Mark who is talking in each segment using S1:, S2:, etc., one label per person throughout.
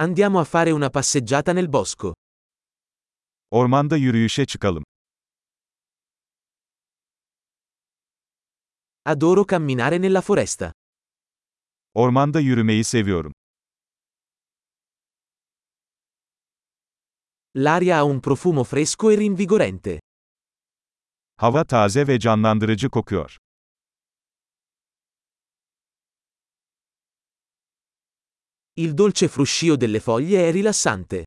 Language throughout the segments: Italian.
S1: Andiamo a fare una passeggiata nel bosco.
S2: Ormanda yürüyüşe çıkalım.
S1: Adoro camminare nella foresta.
S2: Ormanda yürümeyi seviyorum.
S1: L'aria ha un profumo fresco e rinvigorente.
S2: Hava taze ve canlandırıcı kokuyor.
S1: Il dolce fruscio delle foglie è rilassante.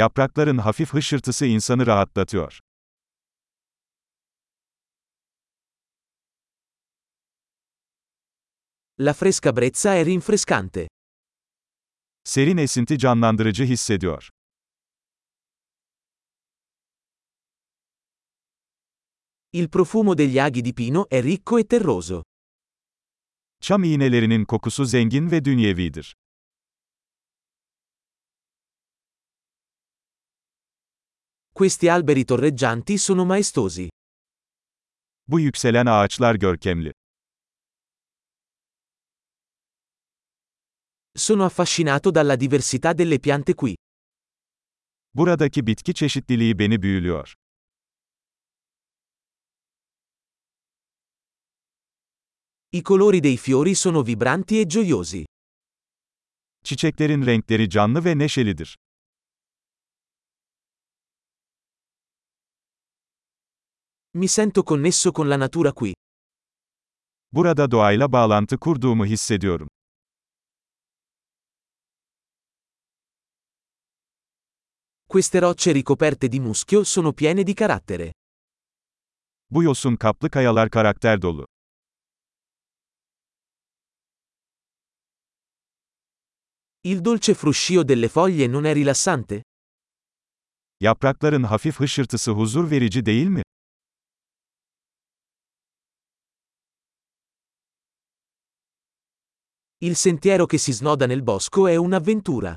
S2: Yaprakların hafif hışırtısı insanı rahatlatıyor.
S1: La fresca brezza è rinfrescante.
S2: Serin esinti canlandırıcı hissediyor.
S1: Il profumo degli aghi di pino è ricco e terroso.
S2: Çam iğnelerinin kokusu zengin ve dünyevidir.
S1: Questi alberi torreggianti sono maestosi.
S2: Bu yükselen ağaçlar görkemli.
S1: Sono affascinato dalla diversità delle piante qui.
S2: Buradaki bitki çeşitliliği beni büyülüyor.
S1: I colori dei fiori sono vibranti e gioiosi.
S2: Çiçeklerin renkleri canlı ve neşelidir.
S1: Mi sento connesso con la natura qui.
S2: Burada doğayla bağlantı kurduğumu hissediyorum.
S1: Queste rocce ricoperte di muschio sono piene di carattere.
S2: Bu yosun kaplı kayalar karakter dolu.
S1: Il dolce fruscio delle foglie non è rilassante?
S2: Yaprakların hafif hışırtısı huzur verici değil mi?
S1: Il sentiero che si snoda nel bosco è un'avventura.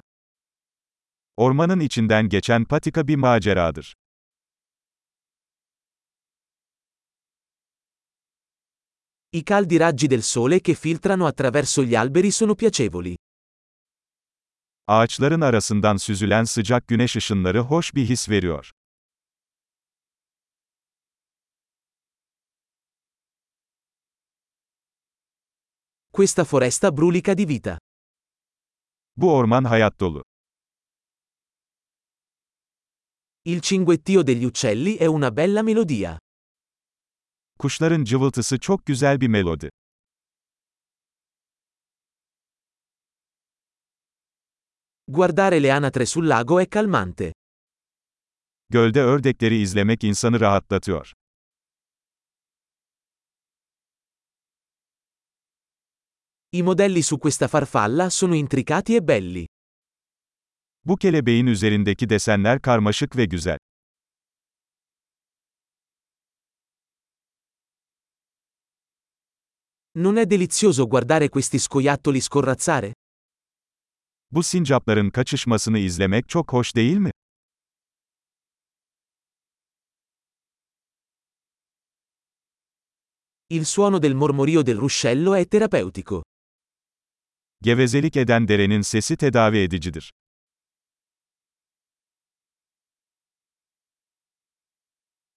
S2: Ormanın içinden geçen patika bir maceradır.
S1: I caldi raggi del sole che filtrano attraverso gli alberi sono piacevoli.
S2: Ağaçların arasından süzülen sıcak güneş ışınları hoş bir his veriyor.
S1: Questa foresta brulica di vita.
S2: Bu orman hayat dolu.
S1: Il cinguettio degli uccelli è una bella melodia.
S2: Kuşların cıvıltısı çok güzel bir melodi.
S1: Guardare le anatre sul lago è calmante.
S2: Gölde ördekleri izlemek insanı rahatlatıyor.
S1: I modelli su questa farfalla sono intricati e belli.
S2: Bu kelebeğin üzerindeki desenler karmaşık ve güzel.
S1: Non è delizioso guardare questi scoiattoli scorrazzare?
S2: Bu sincapların kaçışmasını izlemek çok hoş değil mi?
S1: Il suono del mormorio del ruscello è terapeutico.
S2: Gevezelik eden derenin sesi tedavi edicidir.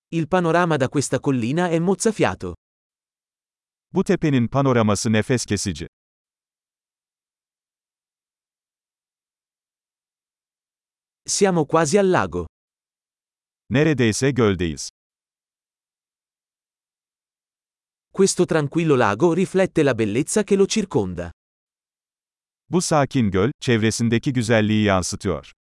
S1: Il panorama da questa collina è mozzafiato.
S2: Bu tepenin panoraması nefes kesici.
S1: Siamo quasi al lago.
S2: Neredeyse göldeyiz.
S1: Questo tranquillo lago riflette la bellezza che lo circonda.
S2: Bu sakin göl, çevresindeki güzelliği yansıtıyor.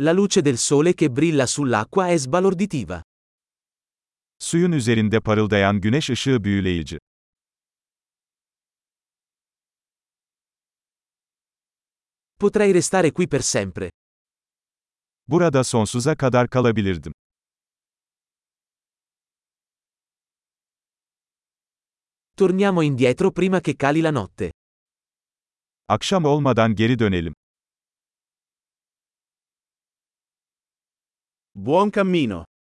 S1: La luce del sole che brilla sull'acqua è sbalorditiva.
S2: Suyun üzerinde parıldayan güneş ışığı büyüleyici.
S1: Potrei restare qui per sempre.
S2: Burada sonsuza kadar kalabilirdim.
S1: Torniamo indietro prima che cali la notte.
S2: Akşam olmadan geri dönelim.
S3: Buon cammino!